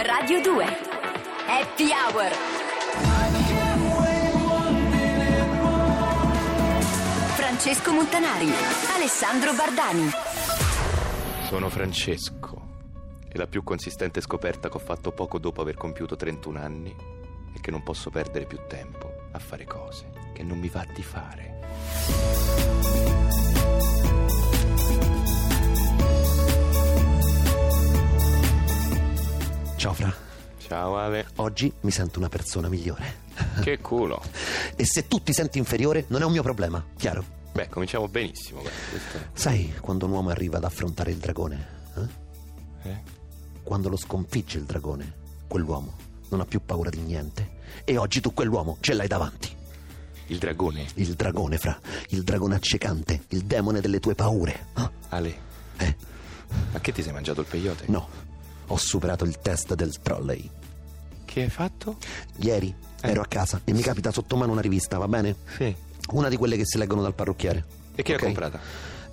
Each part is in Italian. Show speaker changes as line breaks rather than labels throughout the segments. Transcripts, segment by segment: Radio 2 Happy Hour Francesco Montanari Alessandro Bardani
Sono Francesco e la più consistente scoperta che ho fatto poco dopo aver compiuto 31 anni è che non posso perdere più tempo a fare cose che non mi va di fare.
Ciao Fra,
Ciao Ale,
oggi mi sento una persona migliore.
che culo.
E se tu ti senti inferiore non è un mio problema, chiaro?
Beh, cominciamo benissimo. guarda, questo è-
Sai quando un uomo arriva ad affrontare il dragone? eh?
eh?
Quando lo sconfigge il dragone, quell'uomo non ha più paura di niente. E oggi tu quell'uomo ce l'hai davanti.
Il dragone.
Il dragone, Fra, il dragone accecante, il demone delle tue paure. Ah,
Ale,
eh,
ma che ti sei mangiato il peyote?
no, ho superato il test del trolley.
Che hai fatto?
Ieri ero a casa e mi capita sotto mano una rivista, va bene?
Sì.
Una di quelle che si leggono dal parrucchiere.
E chi l'ha
Ok?
comprata?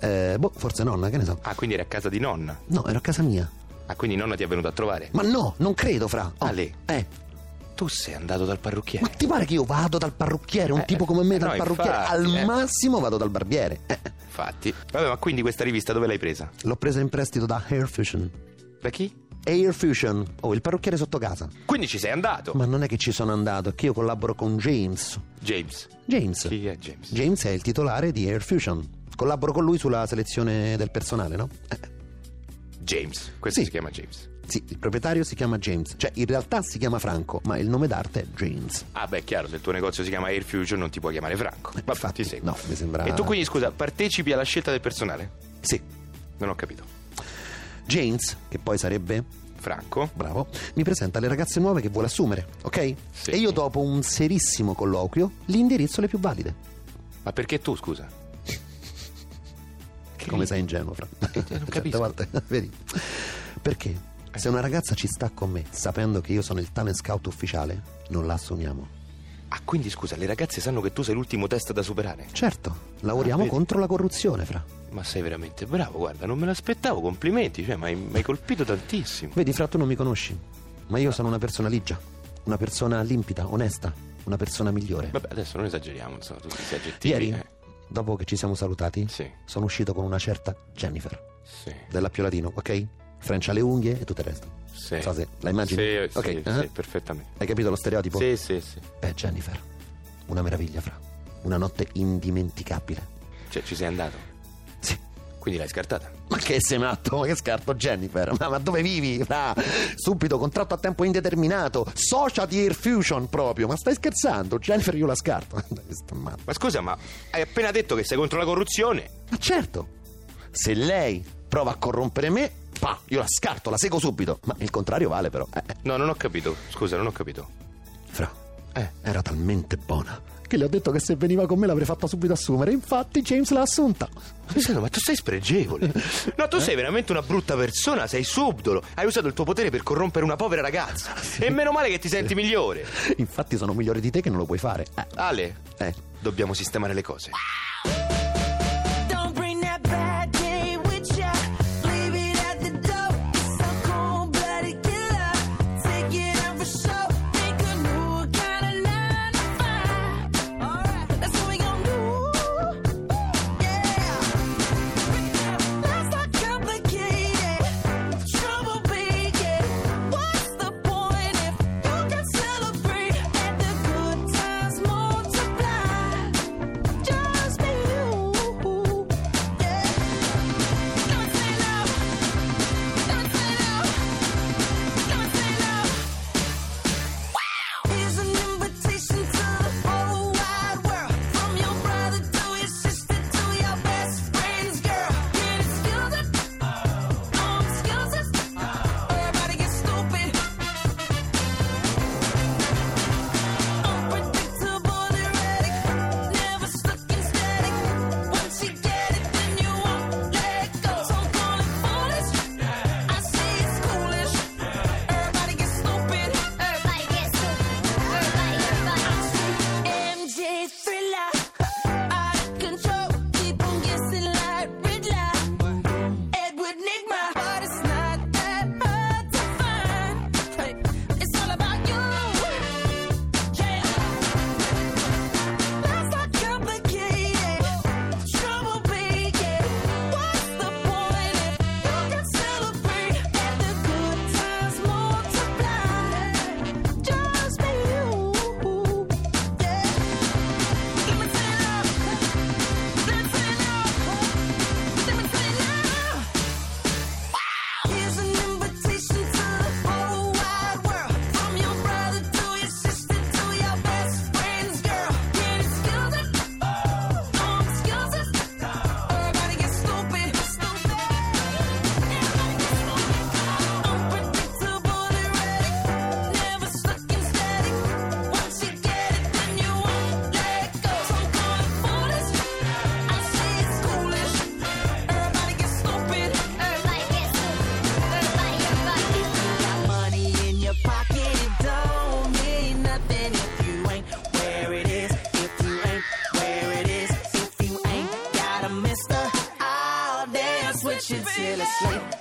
Eh, boh, forse nonna, che ne so.
Ah, quindi eri a casa di nonna.
No, ero a casa mia.
Ah, quindi nonna ti è venuta a trovare.
Ma no, non credo, Fra. Oh,
Ale.
Eh.
tu sei andato dal parrucchiere.
Ma ti pare che io vado dal parrucchiere, un
Eh,
tipo come me
eh,
dal
no,
parrucchiere?
infatti,
Al
eh.
massimo vado dal barbiere. Eh,
Infatti. Vabbè, ma quindi questa rivista dove l'hai presa?
l'ho presa in prestito da Air Fusion.
Da chi?
Air Fusion, oh, il parrucchiere sotto casa.
Quindi ci sei andato.
Ma non è che ci sono andato, è che io collaboro con James.
James.
James.
Chi è James?
James è il titolare di Air Fusion. Collaboro con lui sulla selezione del personale, no? Eh,
James. Questo
Sì.
si chiama James.
sì, il proprietario si chiama James. Cioè, in realtà si chiama Franco, ma il nome d'arte è James.
Ah, beh, chiaro, se il tuo negozio si chiama Air Fusion non ti puoi chiamare Franco. Ma
Eh, infatti,
ti seguo.
no, Ah. mi sembra-
E tu quindi, scusa, partecipi alla scelta del personale?
Sì.
Non ho capito.
James, che poi sarebbe
Franco?
bravo, mi presenta le ragazze nuove che vuole assumere, ok?
Sì.
E io dopo un serissimo colloquio gli indirizzo le più valide.
Ma perché tu, scusa? Che- Eh,
Come sei ingenuo, Fra.
non
Certe
capisco. Eh.
volte, vedi? Perché se una ragazza ci sta con me, sapendo che io sono il talent scout ufficiale, non la assumiamo.
Ah, quindi scusa, le ragazze sanno che tu sei l'ultimo test da superare.
Certo,
Ah,
lavoriamo
vedi.
contro la corruzione, Fra.
Ma sei veramente bravo, guarda, non me l'aspettavo, complimenti, cioè, mi hai, mi hai colpito tantissimo.
Vedi, Fra, tu non mi conosci, ma io sono una persona ligia, una persona limpida, onesta, una persona migliore.
Vabbè, adesso non esageriamo, insomma, tutti questi aggettivi.
Ieri,
eh.
dopo che ci siamo salutati,
Sì.
sono uscito con una certa Jennifer.
Sì.
della Piolatino, ok? Francia le unghie e tutto il resto.
Sì.
Non so se la immagini.
Sì, sì,
Ok,
sì,
eh? Boh.
perfettamente.
Hai capito lo stereotipo?
Sì, sì, sì.
Beh, Jennifer, una meraviglia, Fra. Una notte indimenticabile.
Cioè, ci sei andato.
Sì.
Quindi l'hai scartata.
Ma che sei matto? Ma che scarto Jennifer? Ma, ma dove vivi? Fra? Subito, contratto a tempo indeterminato, socia di Air Fusion proprio. Ma stai scherzando? Jennifer io la scarto. Sto matto.
Ma scusa, ma hai appena detto che sei contro la corruzione.
Ma certo, se lei prova a corrompere me, pa, io la scarto, la seguo subito. Ma il contrario vale però. Eh, eh.
No, non ho capito. Scusa, non ho capito.
Fra,
Eh.
Era talmente buona che le ho detto che se veniva con me l'avrei fatta subito assumere. Infatti, James l'ha assunta.
Scusa, ma tu sei spregevole. No, tu sei veramente una brutta persona, sei subdolo. Hai usato il tuo potere per corrompere una povera ragazza. E meno male che ti senti migliore.
Infatti, sono migliore di te che non lo puoi fare. Eh,
Ale,
eh.
dobbiamo sistemare le cose.
Don't bring that bad day with ya. Leave it at the door. It's a cold blooded killer. Take it out for show. Make a new kind of nine to five. Alright, that's what we gon' do. Yeah. That's not complicated. Trouble being. What's the point if you can celebrate and the good times multiply? Just be Oh.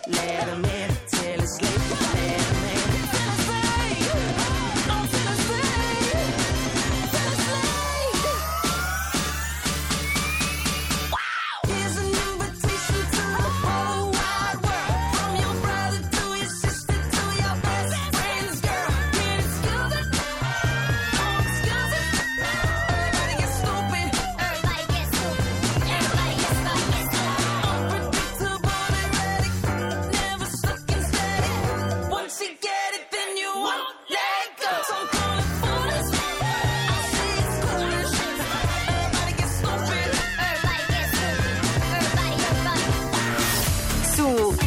Oh,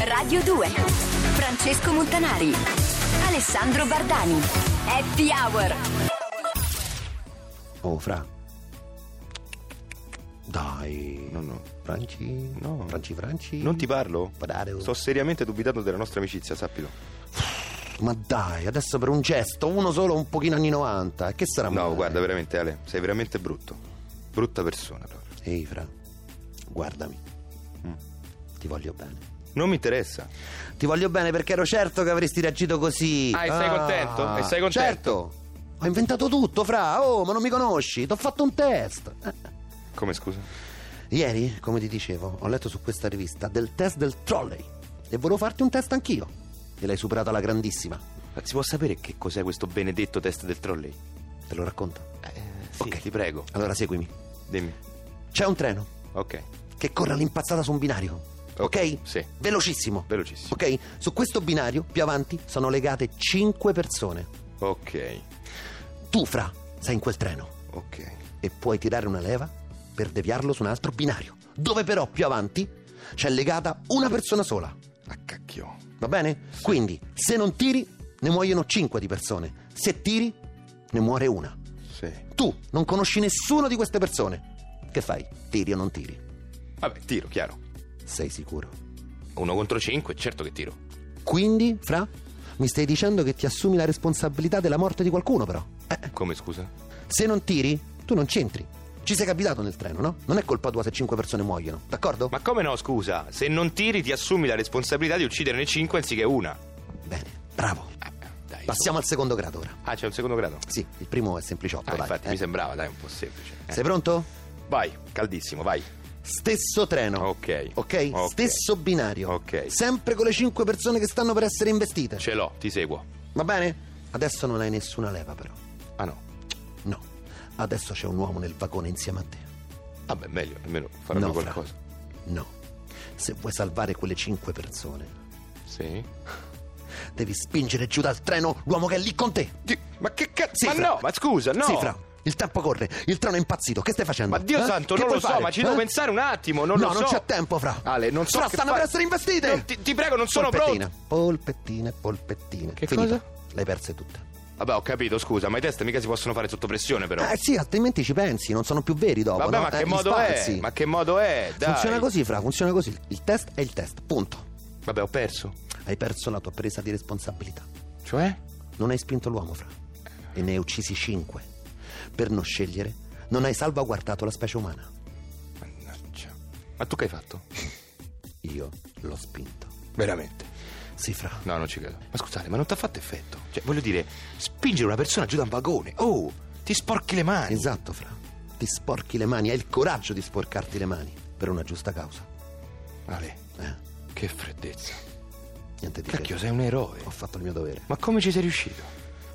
Radio 2. Francesco Montanari. Alessandro Bardani. Happy Hour.
Oh, Fra. Dai.
No, no.
Franci?
No.
Franci, Franci?
Non ti parlo?
Parare.
Sto seriamente dubitando della nostra amicizia, sappilo.
Ma dai, adesso per un gesto, uno solo un pochino anni 90. eh, Che sarà
No,
male?
guarda, veramente, Ale, sei veramente brutto. Brutta persona proprio.
Ehi, Fra. Guardami. Mm. Ti voglio bene.
Non mi interessa.
Ti voglio bene perché ero certo che avresti reagito così.
Ah, e sei contento? E sei contento?
Certo. Ho inventato tutto, Fra. Oh, ma non mi conosci? T'ho fatto un test. Eh.
Come scusa?
Ieri, come ti dicevo, ho letto su questa rivista del test del trolley e volevo farti un test anch'io. E l'hai superato alla grandissima.
Si può sapere che cos'è questo benedetto test del trolley?
Te lo racconto.
sì,
Ok.
ti prego.
Allora seguimi.
Dimmi.
C'è un treno
Ok.
che corre all'impazzata su un binario. Ok?
Ok, sì.
Velocissimo.
Velocissimo.
Ok? Su questo binario, più avanti, sono legate 5 persone.
Ok.
Tu, Fra, sei in quel treno
Ok.
e puoi tirare una leva per deviarlo su un altro binario. Dove però, più avanti, c'è legata una persona sola.
A cacchio.
Va bene? Quindi, se non tiri, ne muoiono 5 di persone. Se tiri, ne muore una.
Sì.
Tu non conosci nessuno di queste persone. Che fai? Tiri o non tiri?
Vabbè, tiro, chiaro.
Sei sicuro?
Uno contro cinque, certo che tiro.
Quindi, Fra, mi stai dicendo che ti assumi la responsabilità della morte di qualcuno, però. Eh,
Come scusa?
se non tiri, tu non c'entri. Ci sei capitato nel treno, no? Non è colpa tua se 5 persone muoiono, d'accordo?
Ma come no, scusa? Se non tiri ti assumi la responsabilità di ucciderne cinque anziché una.
Bene, bravo.
Eh, dai. su.
Passiamo al secondo grado ora.
Ah, c'è un secondo grado.
Sì, il primo è sempliciotto,
Ah,
dai.
infatti,
eh.
mi sembrava, dai, un po' semplice. Eh.
Sei pronto?
Vai, caldissimo, vai.
Eh. Stesso treno.
Ok.
Ok?
Ok.
Stesso binario.
Ok.
Sempre con le 5 persone che stanno per essere investite.
Ce l'ho, ti seguo.
Va bene? Adesso non hai nessuna leva, però.
Ah no.
No. Adesso c'è un uomo nel vagone insieme a te.
Vabbè, meglio, almeno faranno
no, Fra.
qualcosa.
No. Se vuoi salvare quelle cinque persone,
Sì.
devi spingere giù dal treno l'uomo che è lì con te.
Di- Ma che cazzo?
Sì,
ma
Fra.
no, ma scusa, no.
Sì, Fra. Il tempo corre, il treno è impazzito. Che stai facendo?
Ma Dio
Eh?
santo,
Che
non lo
vuoi
so,
fare?
ma ci
Eh?
devo pensare un attimo, non
no,
lo so.
non c'è tempo, Fra.
Ale, non so
Fra,
che
stanno
fare.
per essere investite.
Non- ti, ti prego, non sono
polpettine,
pronto.
polpettine, polpettine.
Che
Finita.
cosa?
Le hai perse tutte.
Vabbè, ho capito, scusa, ma i test mica si possono fare sotto pressione, però.
Eh sì, altrimenti ci pensi, non sono più veri dopo.
Vabbè,
no?
ma
Eh,
che
li
modo è?
sparsi.
Ma che modo è? Dai.
Funziona così, Fra, funziona così. Il test è il test, punto.
Vabbè, ho perso.
Hai perso la tua presa di responsabilità.
Cioè?
Non hai spinto l'uomo, Fra. E ne hai uccisi cinque. Per non scegliere, non hai salvaguardato la specie umana.
Mannaggia. Ma tu che hai fatto?
Io l'ho spinto.
Veramente.
Sì, Fra.
No, non ci credo. Ma scusate, ma non ti ha fatto effetto? Cioè, voglio dire, spingere una persona giù da un vagone. Oh, ti sporchi le mani.
Esatto, Fra. Ti sporchi le mani, hai il coraggio di sporcarti le mani. Per una giusta causa.
Ale,
Eh,
che freddezza.
niente di
Cacchio,
che.
sei un eroe.
Ho fatto il mio dovere.
Ma come ci sei riuscito?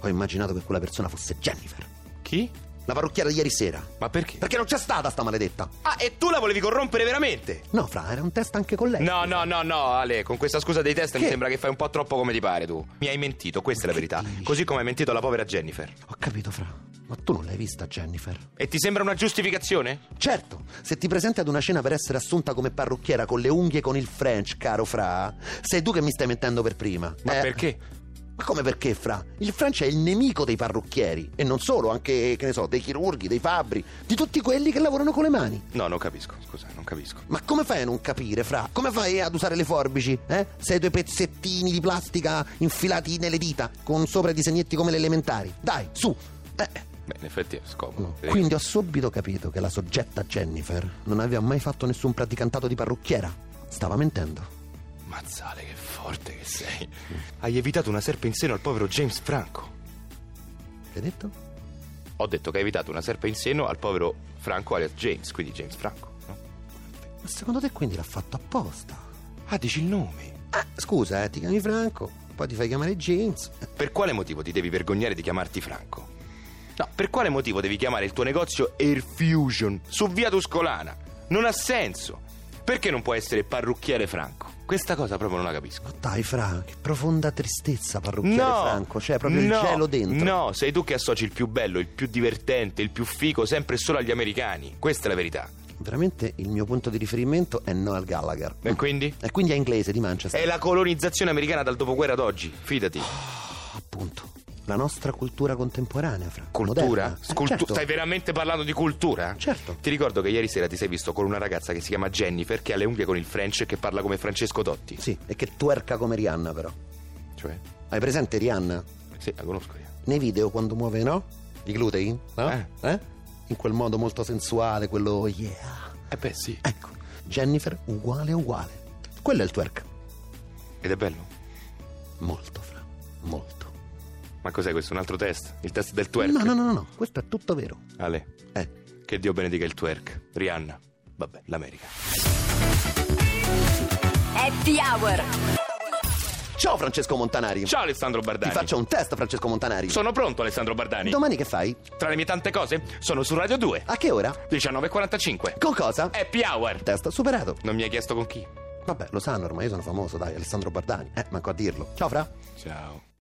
Ho immaginato che quella persona fosse Jennifer.
Chi?
La parrucchiera di ieri sera.
Ma perché?
Perché non c'è stata sta maledetta.
Ah, e tu la volevi corrompere veramente?
No, Fra, era un test anche con lei.
No, no, no, no, Ale, con questa scusa dei test mi
Eh, Che?
sembra che fai un po' troppo come ti pare tu. Mi hai mentito, questa è la verità.
dici?
Così come hai mentito alla povera Jennifer.
Ho capito, Fra. Ma tu non l'hai vista, Jennifer?
E ti sembra una giustificazione?
Certo, se ti presenti ad una cena per essere assunta come parrucchiera con le unghie e con il French, caro Fra, sei tu che mi stai mettendo per prima.
Ma
Eh,
perché?
Ma come perché, Fra? Il French è il nemico dei parrucchieri e non solo, anche, che ne so, dei chirurghi, dei fabbri, di tutti quelli che lavorano con le mani.
No, non capisco, scusa, non capisco.
Ma come fai a non capire, Fra? Come fai ad usare le forbici? Eh? Sei due pezzettini di plastica infilati nelle dita con sopra i disegnetti come le elementari. Dai, su! Eh.
Beh, in effetti è scomodo. Eh,
No. Oh, Quindi ho subito capito che la soggetta Jennifer non aveva mai fatto nessun praticantato di parrucchiera. Stava mentendo.
Mazzale, che forte che sei. Hai evitato una serpe in seno al povero James Franco.
Che hai detto?
Ho detto che hai evitato una serpe in seno al povero Franco alias James, quindi James Franco, no?
Ma secondo te quindi l'ha fatto apposta?
Ah, dici il nome.
Ah, scusa, eh, ti chiami Franco, poi ti fai chiamare James.
Per quale motivo ti devi vergognare di chiamarti Franco? No, per quale motivo devi chiamare il tuo negozio Air Fusion su via Tuscolana? Non ha senso. Perché non può essere parrucchiere Franco? Questa cosa proprio non la capisco.
Ma dai, Fra, che profonda tristezza parrucchiere Cioè, Franco. C'è proprio
no,
il gelo dentro.
No, sei tu che associ il più bello, il più divertente, il più fico sempre e solo agli americani. Questa è la verità.
veramente il mio punto di riferimento è Noel Gallagher.
E quindi?
E Eh. quindi è inglese di Manchester.
È la colonizzazione americana dal dopoguerra ad oggi, fidati.
Appunto. La nostra cultura contemporanea, fra.
Cultura?
moderna. Eh,
Scultu-
certo.
Stai veramente parlando di cultura?
Certo.
Ti ricordo che ieri sera ti sei visto con una ragazza che si chiama Jennifer, che ha le unghie con il French e che parla come Francesco Dotti.
Sì, e che tuerca come Rihanna, però.
Cioè?
Hai presente Rihanna?
Sì, la conosco io.
Nei video quando muove, no? I glutei? No?
Eh.
In quel modo molto sensuale, quello yeah.
Eh beh, sì.
Ecco, Jennifer uguale uguale. Quello è il twerk.
Ed è bello.
Molto, fra. Molto.
Ma cos'è questo? Un altro test? Il test del twerk?
No, no, no, no, no, questo è tutto vero.
Ale,
Eh.
che Dio benedica il twerk. Rihanna. Vabbè, l'America.
Happy Hour
Ciao Francesco Montanari.
Ciao Alessandro
Ti
Bardani.
faccio un test, Francesco Montanari.
Sono pronto Alessandro Bardani.
Domani che fai?
Tra le mie tante cose, sono su Radio 2,
A che ora?
19.45.
Con cosa?
Happy Hour.
Test superato.
Non mi hai chiesto con chi?
Vabbè, lo sanno ormai, io sono famoso, dai, Alessandro Bardani. Eh, manco a dirlo. Ciao Fra.
Ciao.